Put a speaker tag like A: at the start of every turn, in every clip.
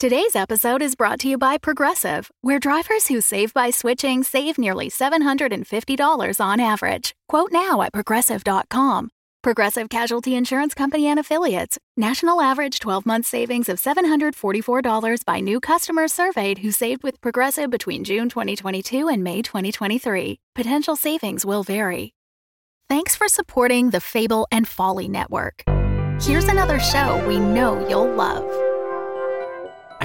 A: Today's episode is brought to you by Progressive, where drivers who save by switching save nearly $750 on average. Quote now at progressive.com. Progressive Casualty Insurance Company and Affiliates. National average 12 month savings of $744 by new customers surveyed who saved with Progressive between June 2022 and May 2023. Potential savings will vary. Thanks for supporting the Fable and Folly Network. Here's another show we know you'll love.
B: I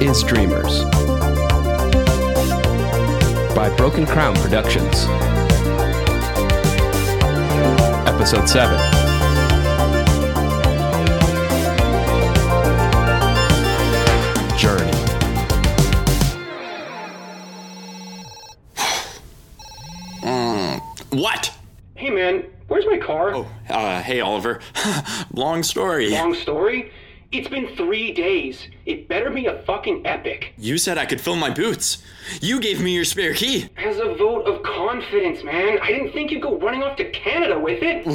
C: is Dreamers by Broken Crown Productions. Episode 7. Journey.
D: Mm, what?
E: Hey man, where's my car?
D: Oh, uh, hey Oliver. Long story.
E: Long story? It's been three days. It better be a fucking epic.
D: You said I could fill my boots. You gave me your spare key.
E: As a vote of confidence, man. I didn't think you'd go running off to Canada with it.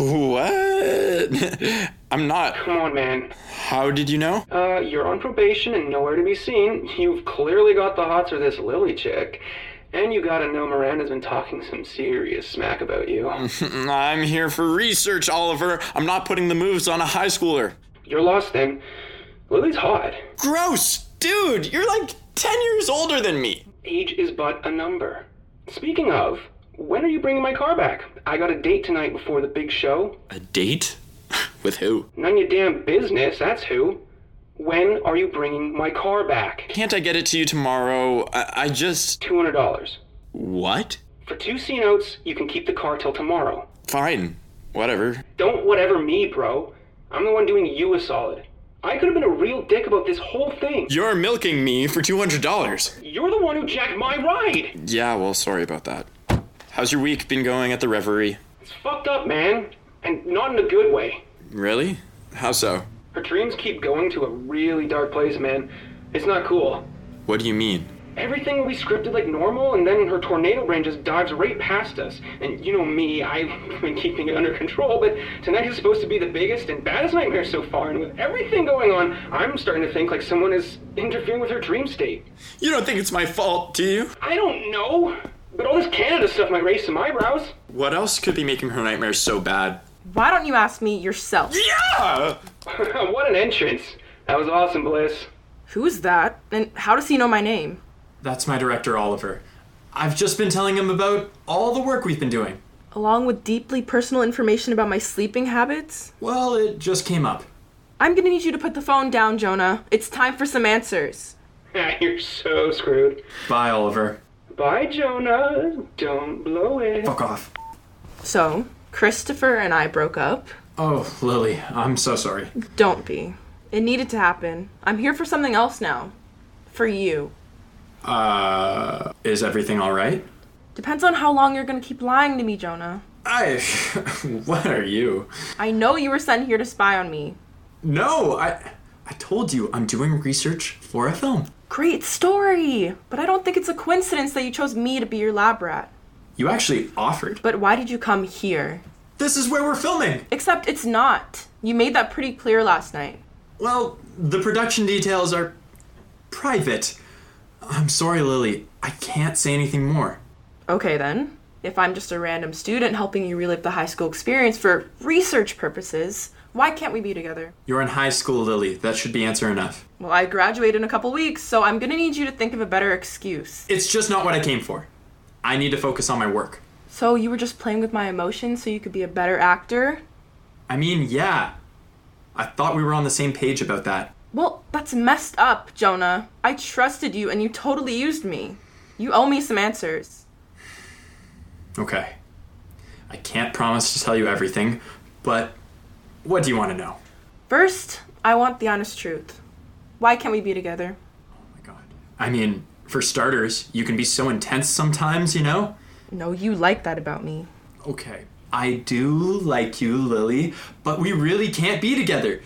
D: What? I'm not.
E: Come on, man.
D: How did you know?
E: Uh, you're on probation and nowhere to be seen. You've clearly got the hots for this Lily chick. And you gotta know Miranda's been talking some serious smack about you.
D: I'm here for research, Oliver. I'm not putting the moves on a high schooler.
E: You're lost then. Lily's hot.
D: Gross! Dude, you're like 10 years older than me.
E: Age is but a number. Speaking of, when are you bringing my car back? I got a date tonight before the big show.
D: A date? With who?
E: None your damn business, that's who. When are you bringing my car back?
D: Can't I get it to you tomorrow? I, I just.
E: $200.
D: What?
E: For two C notes, you can keep the car till tomorrow.
D: Fine. Whatever.
E: Don't whatever me, bro. I'm the one doing you a solid. I could have been a real dick about this whole thing.
D: You're milking me for $200.
E: You're the one who jacked my ride.
D: Yeah, well, sorry about that. How's your week been going at the Reverie?
E: It's fucked up, man. And not in a good way.
D: Really? How so?
E: Her dreams keep going to a really dark place, man. It's not cool.
D: What do you mean?
E: Everything will be scripted like normal, and then her tornado brain just dives right past us. And you know me, I've been keeping it under control, but tonight is supposed to be the biggest and baddest nightmare so far, and with everything going on, I'm starting to think like someone is interfering with her dream state.
D: You don't think it's my fault, do you?
E: I don't know, but all this Canada stuff might raise some eyebrows.
D: What else could be making her nightmares so bad?
F: Why don't you ask me yourself?
D: Yeah!
E: what an entrance! That was awesome, Bliss.
F: Who's that? And how does he know my name?
G: That's my director, Oliver. I've just been telling him about all the work we've been doing.
F: Along with deeply personal information about my sleeping habits?
G: Well, it just came up.
F: I'm gonna need you to put the phone down, Jonah. It's time for some answers.
E: You're so screwed.
G: Bye, Oliver.
E: Bye, Jonah. Don't blow it.
G: Fuck off.
F: So, Christopher and I broke up.
G: Oh, Lily, I'm so sorry.
F: Don't be. It needed to happen. I'm here for something else now. For you.
G: Uh, is everything all right?
F: Depends on how long you're gonna keep lying to me, Jonah.
G: I. what are you?
F: I know you were sent here to spy on me.
G: No, I. I told you I'm doing research for a film.
F: Great story! But I don't think it's a coincidence that you chose me to be your lab rat.
G: You actually offered.
F: But why did you come here?
G: This is where we're filming!
F: Except it's not. You made that pretty clear last night.
G: Well, the production details are private. I'm sorry, Lily. I can't say anything more.
F: Okay then. If I'm just a random student helping you relive the high school experience for research purposes, why can't we be together?
G: You're in high school, Lily. That should be answer enough.
F: Well, I graduate in a couple weeks, so I'm gonna need you to think of a better excuse.
G: It's just not what I came for. I need to focus on my work.
F: So, you were just playing with my emotions so you could be a better actor?
G: I mean, yeah. I thought we were on the same page about that.
F: Well, that's messed up, Jonah. I trusted you and you totally used me. You owe me some answers.
G: Okay. I can't promise to tell you everything, but what do you want to know?
F: First, I want the honest truth. Why can't we be together?
G: Oh my god. I mean, for starters, you can be so intense sometimes, you know?
F: No, you like that about me.
G: Okay. I do like you, Lily, but we really can't be together.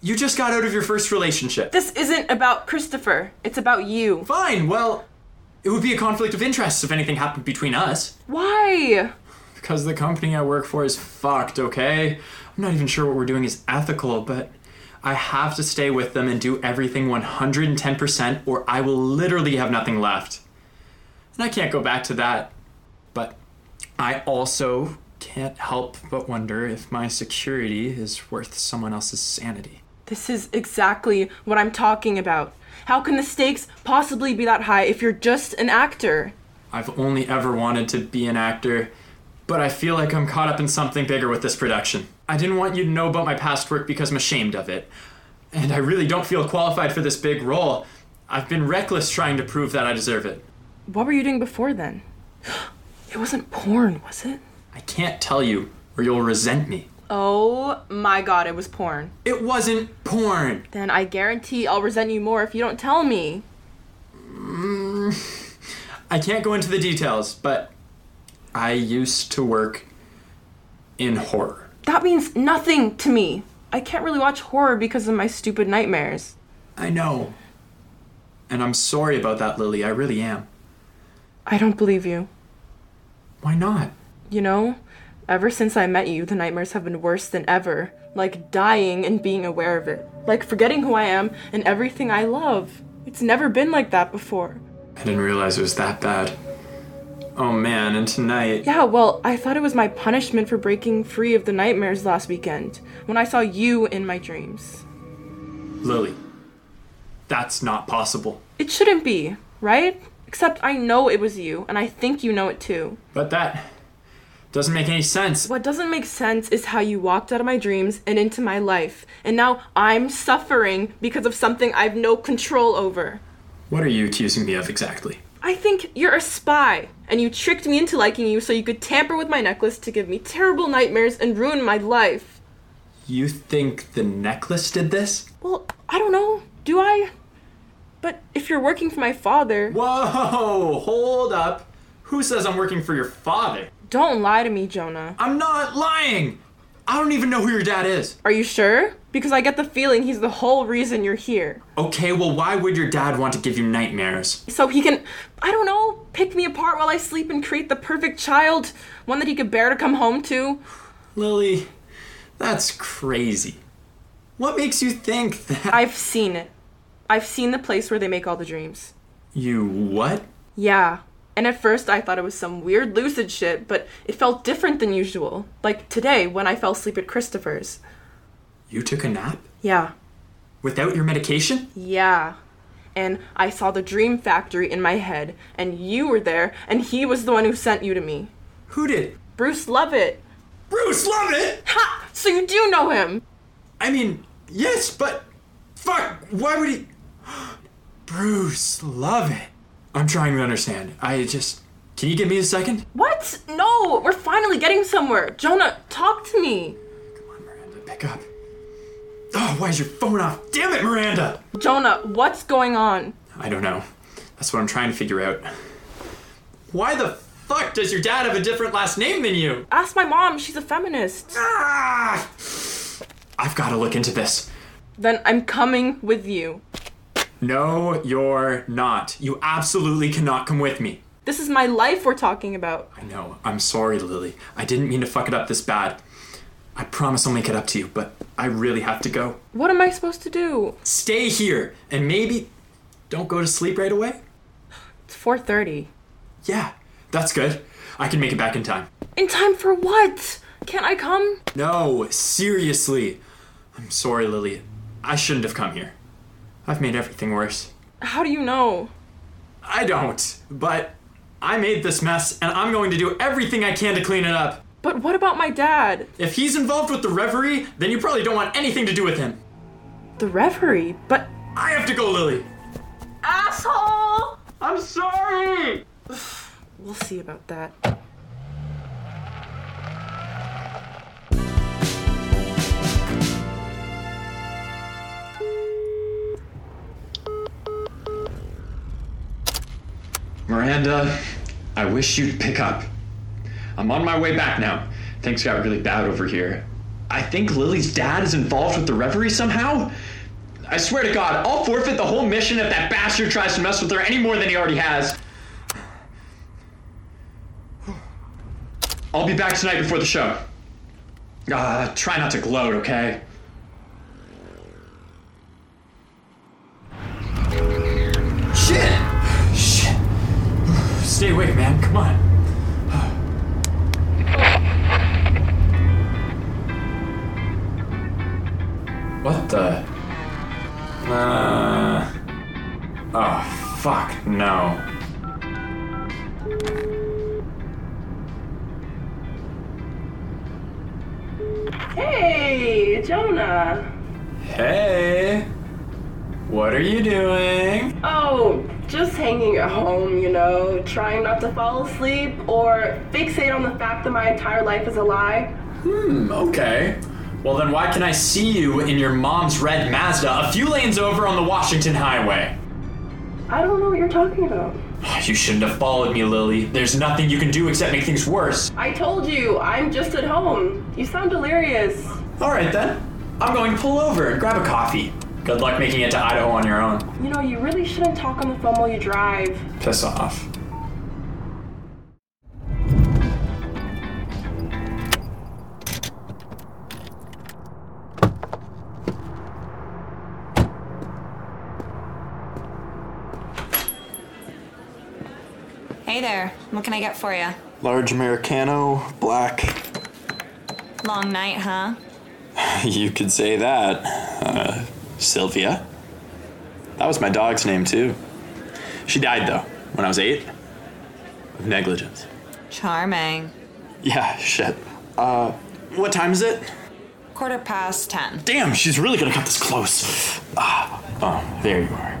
G: You just got out of your first relationship.
F: This isn't about Christopher. It's about you.
G: Fine. Well, it would be a conflict of interest if anything happened between us.
F: Why?
G: Because the company I work for is fucked, okay? I'm not even sure what we're doing is ethical, but I have to stay with them and do everything 110% or I will literally have nothing left. And I can't go back to that. But I also can't help but wonder if my security is worth someone else's sanity.
F: This is exactly what I'm talking about. How can the stakes possibly be that high if you're just an actor?
G: I've only ever wanted to be an actor, but I feel like I'm caught up in something bigger with this production. I didn't want you to know about my past work because I'm ashamed of it. And I really don't feel qualified for this big role. I've been reckless trying to prove that I deserve it.
F: What were you doing before then? It wasn't porn, was it?
G: I can't tell you, or you'll resent me.
F: Oh my god, it was porn.
G: It wasn't porn.
F: Then I guarantee I'll resent you more if you don't tell me.
G: Mm, I can't go into the details, but I used to work in horror.
F: That means nothing to me. I can't really watch horror because of my stupid nightmares.
G: I know. And I'm sorry about that, Lily. I really am.
F: I don't believe you.
G: Why not?
F: You know, Ever since I met you, the nightmares have been worse than ever. Like dying and being aware of it. Like forgetting who I am and everything I love. It's never been like that before.
G: I didn't realize it was that bad. Oh man, and tonight.
F: Yeah, well, I thought it was my punishment for breaking free of the nightmares last weekend when I saw you in my dreams.
G: Lily, that's not possible.
F: It shouldn't be, right? Except I know it was you, and I think you know it too.
G: But that. Doesn't make any sense.
F: What doesn't make sense is how you walked out of my dreams and into my life, and now I'm suffering because of something I've no control over.
G: What are you accusing me of exactly?
F: I think you're a spy, and you tricked me into liking you so you could tamper with my necklace to give me terrible nightmares and ruin my life.
G: You think the necklace did this?
F: Well, I don't know. Do I? But if you're working for my father.
G: Whoa, Oh, hold up. Who says I'm working for your father?
F: Don't lie to me, Jonah.
G: I'm not lying! I don't even know who your dad is.
F: Are you sure? Because I get the feeling he's the whole reason you're here.
G: Okay, well, why would your dad want to give you nightmares?
F: So he can, I don't know, pick me apart while I sleep and create the perfect child, one that he could bear to come home to.
G: Lily, that's crazy. What makes you think that?
F: I've seen it. I've seen the place where they make all the dreams.
G: You what?
F: Yeah, and at first I thought it was some weird lucid shit, but it felt different than usual. Like today when I fell asleep at Christopher's.
G: You took a nap?
F: Yeah.
G: Without your medication?
F: Yeah. And I saw the dream factory in my head, and you were there, and he was the one who sent you to me.
G: Who did?
F: Bruce Lovett.
G: Bruce Lovett?
F: Ha! So you do know him!
G: I mean, yes, but. Fuck! Why would he. Bruce Lovett. I'm trying to understand. I just. Can you give me a second?
F: What? No! We're finally getting somewhere! Jonah, talk to me!
G: Come on, Miranda, pick up. Oh, why is your phone off? Damn it, Miranda!
F: Jonah, what's going on?
G: I don't know. That's what I'm trying to figure out. Why the fuck does your dad have a different last name than you?
F: Ask my mom, she's a feminist.
G: Ah! I've gotta look into this.
F: Then I'm coming with you.
G: No, you're not. You absolutely cannot come with me.
F: This is my life we're talking about.
G: I know. I'm sorry, Lily. I didn't mean to fuck it up this bad. I promise I'll make it up to you, but I really have to go.
F: What am I supposed to do?
G: Stay here and maybe don't go to sleep right away.
F: It's 4:30.
G: Yeah, that's good. I can make it back in time.
F: In time for what? Can't I come?
G: No, seriously. I'm sorry, Lily. I shouldn't have come here. I've made everything worse.
F: How do you know?
G: I don't, but I made this mess and I'm going to do everything I can to clean it up.
F: But what about my dad?
G: If he's involved with the reverie, then you probably don't want anything to do with him.
F: The reverie? But
G: I have to go, Lily.
H: Asshole!
G: I'm sorry!
F: We'll see about that.
G: Miranda, I wish you'd pick up. I'm on my way back now. Things got really bad over here. I think Lily's dad is involved with the reverie somehow. I swear to God, I'll forfeit the whole mission if that bastard tries to mess with her any more than he already has. I'll be back tonight before the show. Uh, try not to gloat, okay? Shit! Shit! Stay awake, man. Come on. What the? Uh. Oh, fuck, no.
H: Hey, Jonah.
G: Hey! What are you doing?
H: Oh, just hanging at home, you know, trying not to fall asleep or fixate on the fact that my entire life is a lie.
G: Hmm, okay. Well, then why can I see you in your mom's red Mazda a few lanes over on the Washington Highway? Oh,
H: I don't know what you're talking about.
G: You shouldn't have followed me, Lily. There's nothing you can do except make things worse.
H: I told you, I'm just at home. You sound delirious.
G: Alright then. I'm going to pull over and grab a coffee. Good luck making it to Idaho on your own.
H: You know, you really shouldn't talk on the phone while you drive.
G: Piss off.
I: Hey there. What can I get for you?
D: Large Americano, black.
I: Long night, huh?
D: You could say that. Uh, Sylvia? That was my dog's name, too. She died, though, when I was eight. Of negligence.
I: Charming.
D: Yeah, shit. Uh, what time is it?
I: Quarter past ten.
D: Damn, she's really gonna cut this close. Ah, oh, there you are.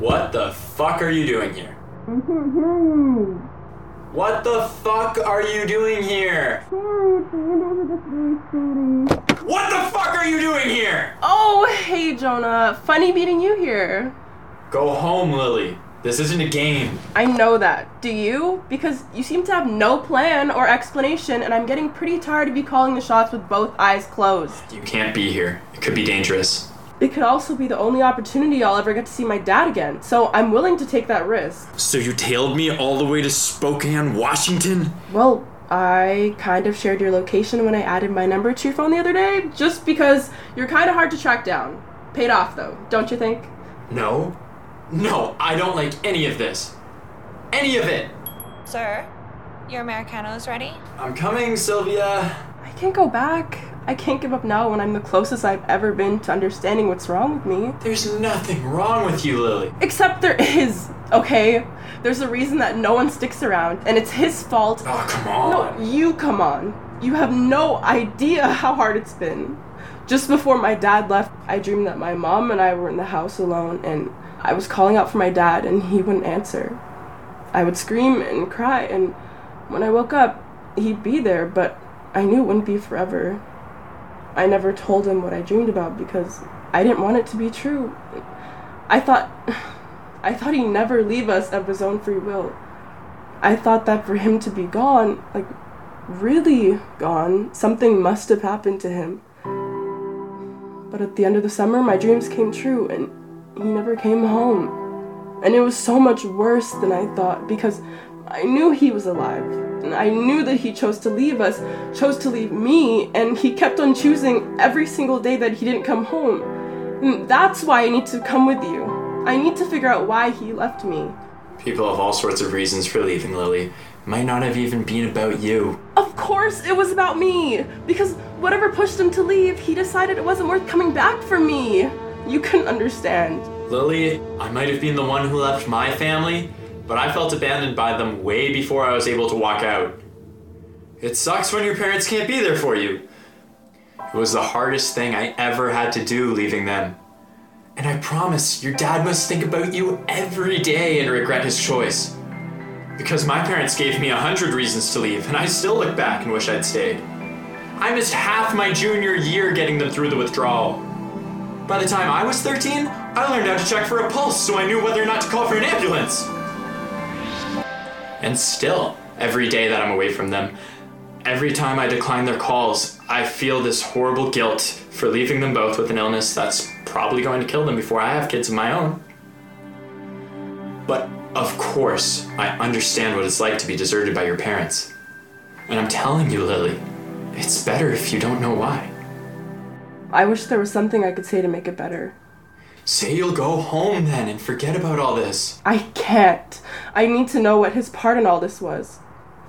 G: What the fuck are you doing here?
H: Sorry,
G: What the fuck are you doing here? What the fuck are you doing here?
F: Oh, hey, Jonah. Funny meeting you here.
G: Go home, Lily. This isn't a game.
F: I know that. Do you? Because you seem to have no plan or explanation, and I'm getting pretty tired of you calling the shots with both eyes closed.
G: You can't be here. It could be dangerous.
F: It could also be the only opportunity I'll ever get to see my dad again, so I'm willing to take that risk.
G: So you tailed me all the way to Spokane, Washington?
F: Well, I kind of shared your location when I added my number to your phone the other day, just because you're kind of hard to track down. Paid off, though, don't you think?
G: No. No, I don't like any of this. Any of it.
I: Sir, your Americano's ready?
G: I'm coming, Sylvia.
F: I can't go back. I can't give up now when I'm the closest I've ever been to understanding what's wrong with me.
G: There's nothing wrong with you, Lily.
F: Except there is, okay? There's a reason that no one sticks around, and it's his fault.
G: Oh, come on.
F: No, you come on. You have no idea how hard it's been. Just before my dad left, I dreamed that my mom and I were in the house alone, and I was calling out for my dad, and he wouldn't answer. I would scream and cry, and when I woke up, he'd be there, but I knew it wouldn't be forever. I never told him what I dreamed about because I didn't want it to be true. I thought I thought he'd never leave us of his own free will. I thought that for him to be gone, like really gone, something must have happened to him. But at the end of the summer, my dreams came true and he never came home. And it was so much worse than I thought because I knew he was alive. And I knew that he chose to leave us, chose to leave me, and he kept on choosing every single day that he didn't come home. And that's why I need to come with you. I need to figure out why he left me.
G: People have all sorts of reasons for leaving Lily. Might not have even been about you.
F: Of course, it was about me! Because whatever pushed him to leave, he decided it wasn't worth coming back for me! You couldn't understand.
G: Lily, I might have been the one who left my family, but I felt abandoned by them way before I was able to walk out. It sucks when your parents can't be there for you. It was the hardest thing I ever had to do leaving them. And I promise, your dad must think about you every day and regret his choice. Because my parents gave me a hundred reasons to leave, and I still look back and wish I'd stayed. I missed half my junior year getting them through the withdrawal. By the time I was 13, I learned how to check for a pulse so I knew whether or not to call for an ambulance. And still, every day that I'm away from them, every time I decline their calls, I feel this horrible guilt for leaving them both with an illness that's probably going to kill them before I have kids of my own. But of course, I understand what it's like to be deserted by your parents. And I'm telling you, Lily, it's better if you don't know why.
F: I wish there was something I could say to make it better.
G: Say you'll go home then and forget about all this.
F: I can't. I need to know what his part in all this was.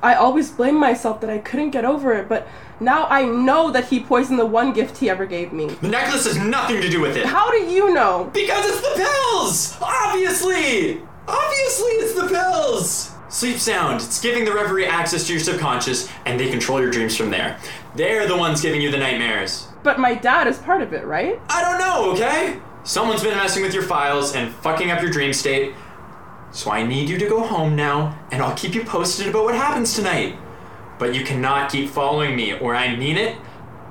F: I always blamed myself that I couldn't get over it, but now I know that he poisoned the one gift he ever gave me.
G: The necklace has nothing to do with it.
F: How do you know?
G: Because it's the pills! Obviously! Obviously, it's the pills! Sleep sound. It's giving the reverie access to your subconscious, and they control your dreams from there. They're the ones giving you the nightmares.
F: But my dad is part of it, right?
G: I don't know, okay? Someone's been messing with your files and fucking up your dream state. So I need you to go home now, and I'll keep you posted about what happens tonight. But you cannot keep following me, or I mean it,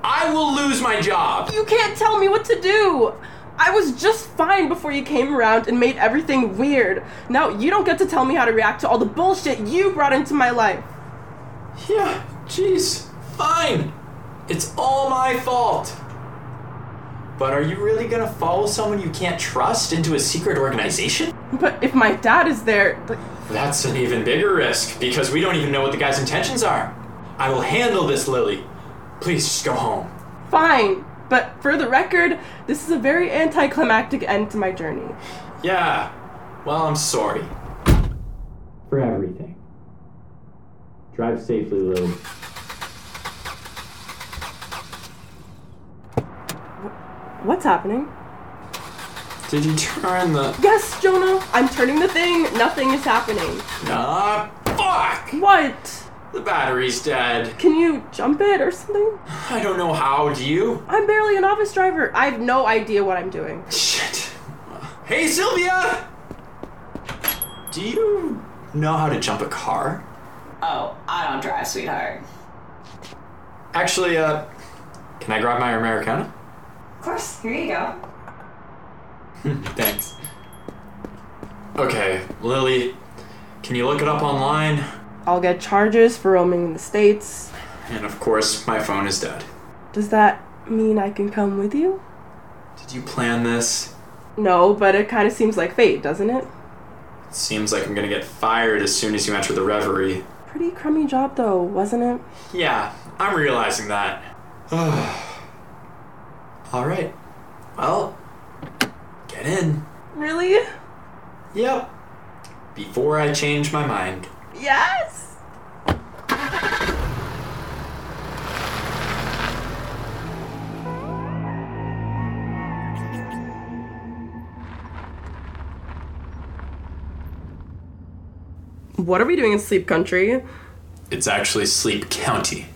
G: I will lose my job!
F: You can't tell me what to do! I was just fine before you came around and made everything weird. Now you don't get to tell me how to react to all the bullshit you brought into my life.
G: Yeah, jeez, fine. It's all my fault. But are you really gonna follow someone you can't trust into a secret organization?
F: But if my dad is there. Like...
G: That's an even bigger risk, because we don't even know what the guy's intentions are. I will handle this, Lily. Please just go home.
F: Fine, but for the record, this is a very anticlimactic end to my journey.
G: Yeah, well, I'm sorry. For everything. Drive safely, Lily.
F: What's happening?
G: Did you turn the.
F: Yes, Jonah! I'm turning the thing! Nothing is happening.
G: Ah, fuck!
F: What?
G: The battery's dead.
F: Can you jump it or something?
G: I don't know how, do you?
F: I'm barely a novice driver. I have no idea what I'm doing.
G: Shit. Hey, Sylvia! Do you know how to jump a car?
I: Oh, I don't drive, sweetheart.
G: Actually, uh, can I grab my Americana?
I: Of course, here you go.
G: Thanks. Okay, Lily, can you look it up online?
F: I'll get charges for roaming the States.
G: And of course, my phone is dead.
F: Does that mean I can come with you?
G: Did you plan this?
F: No, but it kind of seems like fate, doesn't it?
G: It seems like I'm gonna get fired as soon as you enter the reverie.
F: Pretty crummy job, though, wasn't it?
G: Yeah, I'm realizing that. Alright. Well, get in.
F: Really?
G: Yep. Before I change my mind.
F: Yes! What are we doing in Sleep Country?
G: It's actually Sleep County.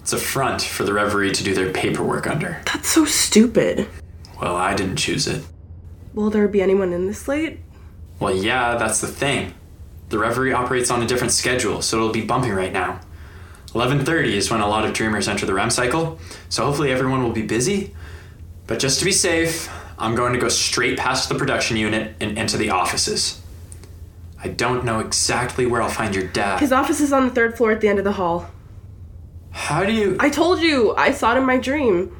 G: It's a front for the Reverie to do their paperwork under.
F: That's so stupid.
G: Well, I didn't choose it.
F: Will there be anyone in this late?
G: Well, yeah, that's the thing. The Reverie operates on a different schedule, so it'll be bumpy right now. 11:30 is when a lot of dreamers enter the REM cycle, so hopefully everyone will be busy. But just to be safe, I'm going to go straight past the production unit and into the offices. I don't know exactly where I'll find your dad.
F: His office is on the third floor at the end of the hall.
G: How do you
F: I told you, I saw it in my dream.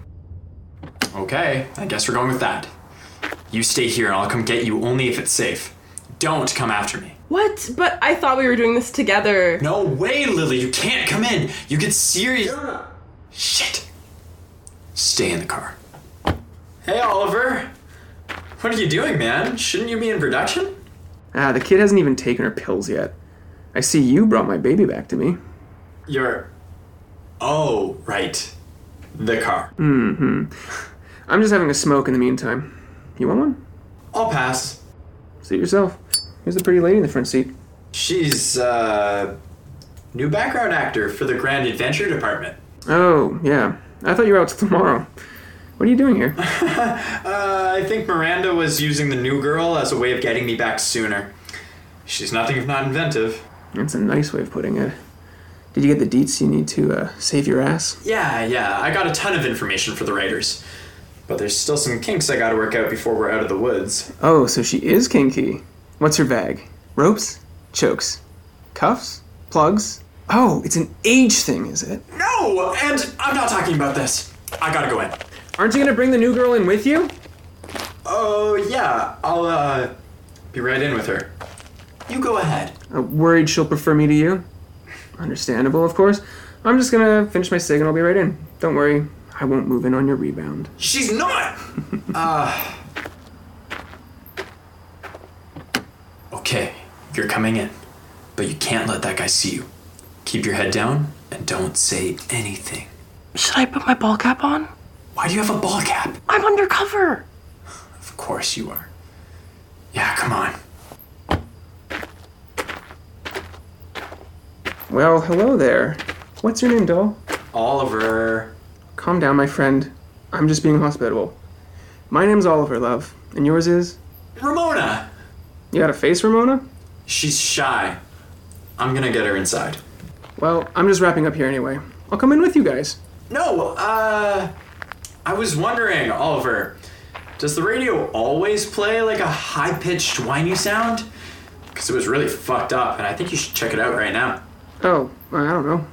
G: Okay, I guess we're going with that. You stay here and I'll come get you only if it's safe. Don't come after me.
F: What? But I thought we were doing this together.
G: No way, Lily, you can't come in. You get serious. Shit. Stay in the car. Hey, Oliver. What are you doing, man? Shouldn't you be in production?
E: Ah, the kid hasn't even taken her pills yet. I see you brought my baby back to me.
G: You're. Oh, right. The car.
E: Mm hmm. I'm just having a smoke in the meantime. You want one?
G: I'll pass.
E: Suit yourself. Here's the pretty lady in the front seat.
G: She's, uh. New background actor for the Grand Adventure Department.
E: Oh, yeah. I thought you were out till tomorrow. What are you doing here?
G: Uh, I think Miranda was using the new girl as a way of getting me back sooner. She's nothing if not inventive.
E: That's a nice way of putting it. Did you get the deets you need to uh, save your ass?
G: Yeah, yeah, I got a ton of information for the writers. But there's still some kinks I gotta work out before we're out of the woods.
E: Oh, so she is kinky. What's her bag? Ropes? Chokes? Cuffs? Plugs? Oh, it's an age thing, is it?
G: No! And I'm not talking about this. I gotta go in.
E: Aren't you gonna bring the new girl in with you?
G: Oh, yeah, I'll, uh, be right in with her. You go ahead.
E: Uh, worried she'll prefer me to you? Understandable, of course. I'm just gonna finish my cig and I'll be right in. Don't worry, I won't move in on your rebound.
G: She's not! uh. Okay, you're coming in, but you can't let that guy see you. Keep your head down and don't say anything.
F: Should I put my ball cap on?
G: Why do you have a ball cap?
F: I'm undercover.
G: Of course you are. Yeah, come on.
E: Well, hello there. What's your name, doll?
G: Oliver.
E: Calm down, my friend. I'm just being hospitable. My name's Oliver, love, and yours is?
G: Ramona!
E: You got a face, Ramona?
G: She's shy. I'm gonna get her inside.
E: Well, I'm just wrapping up here anyway. I'll come in with you guys.
G: No, uh. I was wondering, Oliver, does the radio always play like a high pitched whiny sound? Because it was really fucked up, and I think you should check it out right now.
E: Oh, I don't know.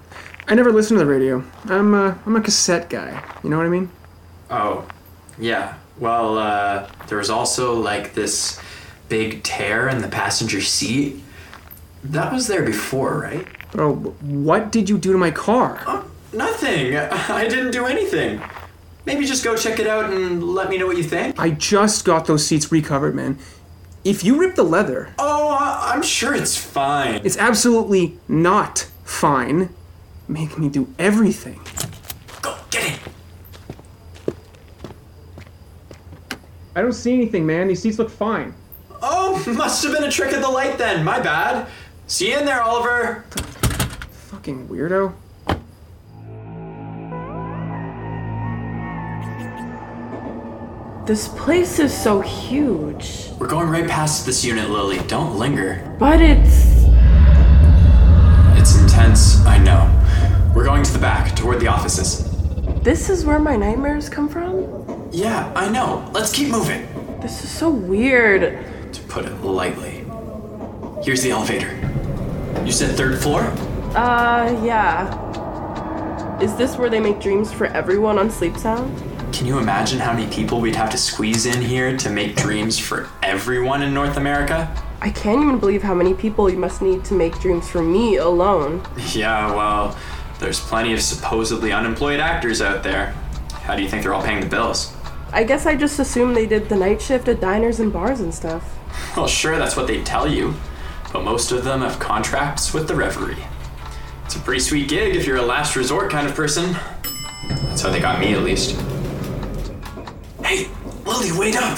E: I never listen to the radio. I'm uh, I'm a cassette guy. You know what I mean?
G: Oh, yeah. Well, uh, there was also like this big tear in the passenger seat. That was there before, right?
E: Oh, what did you do to my car?
G: Oh, nothing. I didn't do anything. Maybe just go check it out and let me know what you think.
E: I just got those seats recovered, man. If you rip the leather.
G: Oh, I- I'm sure it's fine.
E: It's absolutely not fine. Make me do everything.
G: Go, get it.
E: I don't see anything, man. These seats look fine.
G: Oh, must have been a trick of the light then. My bad. See you in there, Oliver.
E: Fucking weirdo.
F: This place is so huge.
G: We're going right past this unit, Lily. Don't linger.
F: But it's.
G: It's intense, I know. We're going to the back, toward the offices.
F: This is where my nightmares come from?
G: Yeah, I know. Let's keep moving.
F: This is so weird.
G: To put it lightly. Here's the elevator. You said third floor?
F: Uh, yeah. Is this where they make dreams for everyone on Sleep Sound?
G: Can you imagine how many people we'd have to squeeze in here to make dreams for everyone in North America?
F: I can't even believe how many people you must need to make dreams for me alone.
G: Yeah, well, there's plenty of supposedly unemployed actors out there. How do you think they're all paying the bills?
F: I guess I just assumed they did the night shift at diners and bars and stuff.
G: Well, sure, that's what they tell you, but most of them have contracts with the Reverie. It's a pretty sweet gig if you're a last resort kind of person. That's how they got me, at least. Hey, Lily, wait up!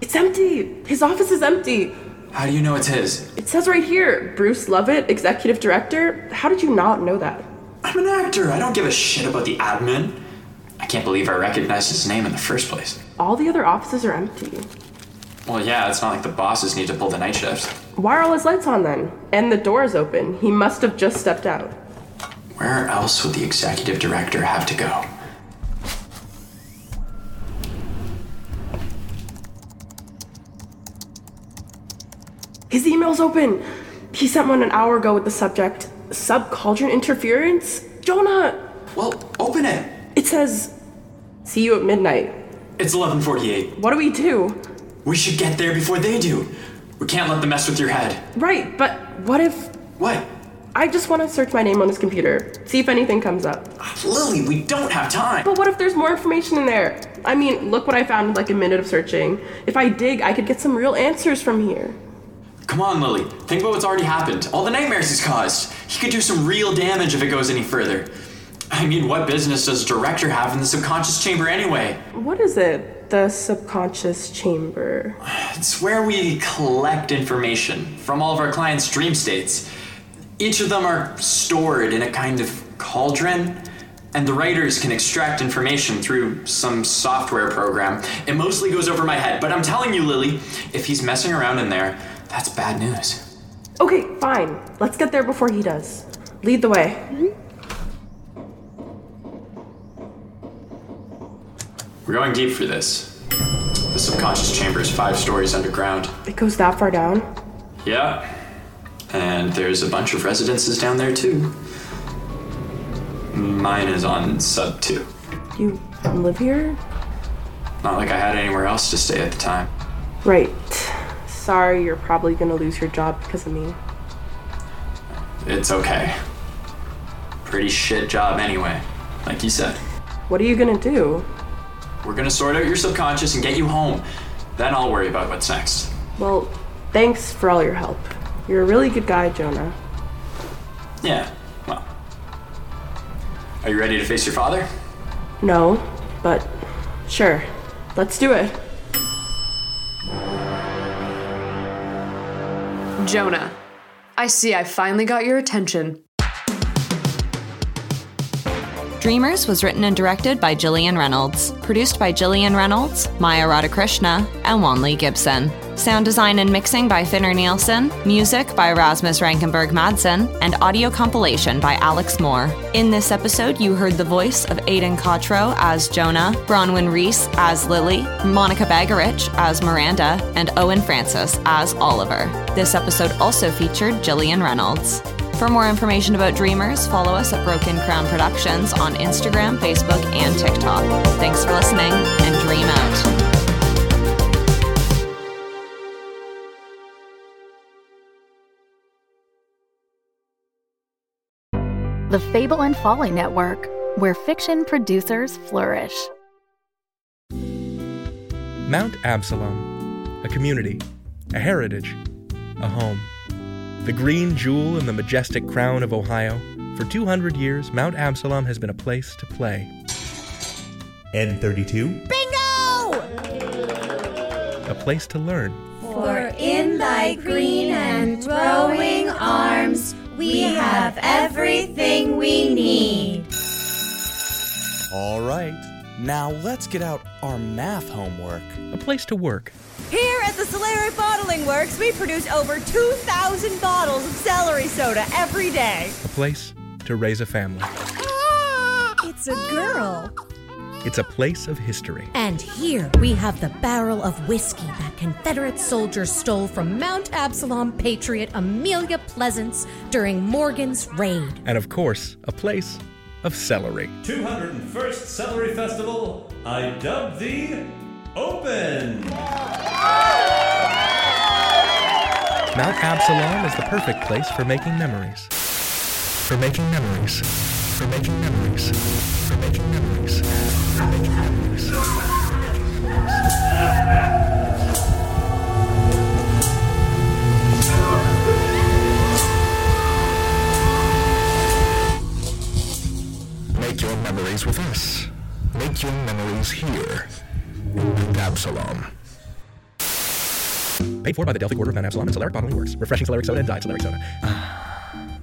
F: It's empty! His office is empty!
G: How do you know it's his?
F: It says right here Bruce Lovett, executive director. How did you not know that?
G: I'm an actor. I don't give a shit about the admin. I can't believe I recognized his name in the first place.
F: All the other offices are empty.
G: Well, yeah, it's not like the bosses need to pull the night shift.
F: Why are all his lights on then? And the door is open. He must have just stepped out.
G: Where else would the executive director have to go?
F: His email's open. He sent one an hour ago with the subject sub cauldron interference. Jonah.
G: Well, open it.
F: It says see you at midnight.
G: It's 11:48.
F: What do we do?
G: We should get there before they do. We can't let them mess with your head.
F: Right, but what if.
G: What?
F: I just want to search my name on his computer, see if anything comes up.
G: Ah, Lily, we don't have time.
F: But what if there's more information in there? I mean, look what I found in like a minute of searching. If I dig, I could get some real answers from here.
G: Come on, Lily. Think about what's already happened. All the nightmares he's caused. He could do some real damage if it goes any further. I mean, what business does a director have in the subconscious chamber anyway?
F: What is it? The subconscious chamber.
G: It's where we collect information from all of our clients' dream states. Each of them are stored in a kind of cauldron, and the writers can extract information through some software program. It mostly goes over my head, but I'm telling you, Lily, if he's messing around in there, that's bad news.
F: Okay, fine. Let's get there before he does. Lead the way.
G: We're going deep for this. The subconscious chamber is five stories underground.
F: It goes that far down?
G: Yeah. And there's a bunch of residences down there too. Mine is on sub two.
F: You live here?
G: Not like I had anywhere else to stay at the time.
F: Right. Sorry, you're probably gonna lose your job because of me.
G: It's okay. Pretty shit job anyway, like you said.
F: What are you gonna do?
G: We're gonna sort out your subconscious and get you home. Then I'll worry about what's next.
F: Well, thanks for all your help. You're a really good guy, Jonah.
G: Yeah, well. Are you ready to face your father?
F: No, but sure. Let's do it.
J: Jonah, I see I finally got your attention.
K: Dreamers was written and directed by Gillian Reynolds, produced by Gillian Reynolds, Maya Radhakrishna, and Wanley Gibson. Sound design and mixing by Finner Nielsen, music by Rasmus Rankenberg Madsen, and audio compilation by Alex Moore. In this episode, you heard the voice of Aidan Cotro as Jonah, Bronwyn Reese as Lily, Monica Bagarich as Miranda, and Owen Francis as Oliver. This episode also featured Gillian Reynolds. For more information about Dreamers, follow us at Broken Crown Productions on Instagram, Facebook, and TikTok. Thanks for listening, and dream out.
A: The Fable and Folly Network, where fiction producers flourish.
L: Mount Absalom, a community, a heritage, a home. The green jewel in the majestic crown of Ohio, for 200 years, Mount Absalom has been a place to play.
M: N32,
L: a place to learn,
N: For in thy green and growing arms we have everything we need.
O: All right. Now let's get out our math homework.
L: a place to work,
P: Here at the Solari Bottling Works, we produce over 2,000 bottles of celery soda every day.
L: a place to raise a family.
P: It's a girl.
L: It's a place of history,
Q: And here we have the barrel of whiskey that Confederate soldiers stole from Mount Absalom patriot Amelia Pleasance during Morgan's raid.
L: and of course, a place of celery.
M: 201st Celery Festival, I dub thee Open!
L: Mount Absalom is the perfect place for making memories. For making memories. For making memories. For making memories. For making memories. Make your memories with us. Make your memories here. Mount Absalom. Paid for by the Delphi Quarter of Mount Absalom and Solaric Bottling Works. Refreshing Solaric Soda and Diet Solaric Soda.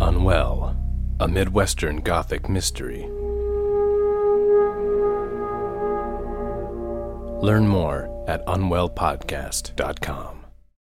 R: Unwell, a Midwestern Gothic mystery. Learn more at unwellpodcast.com.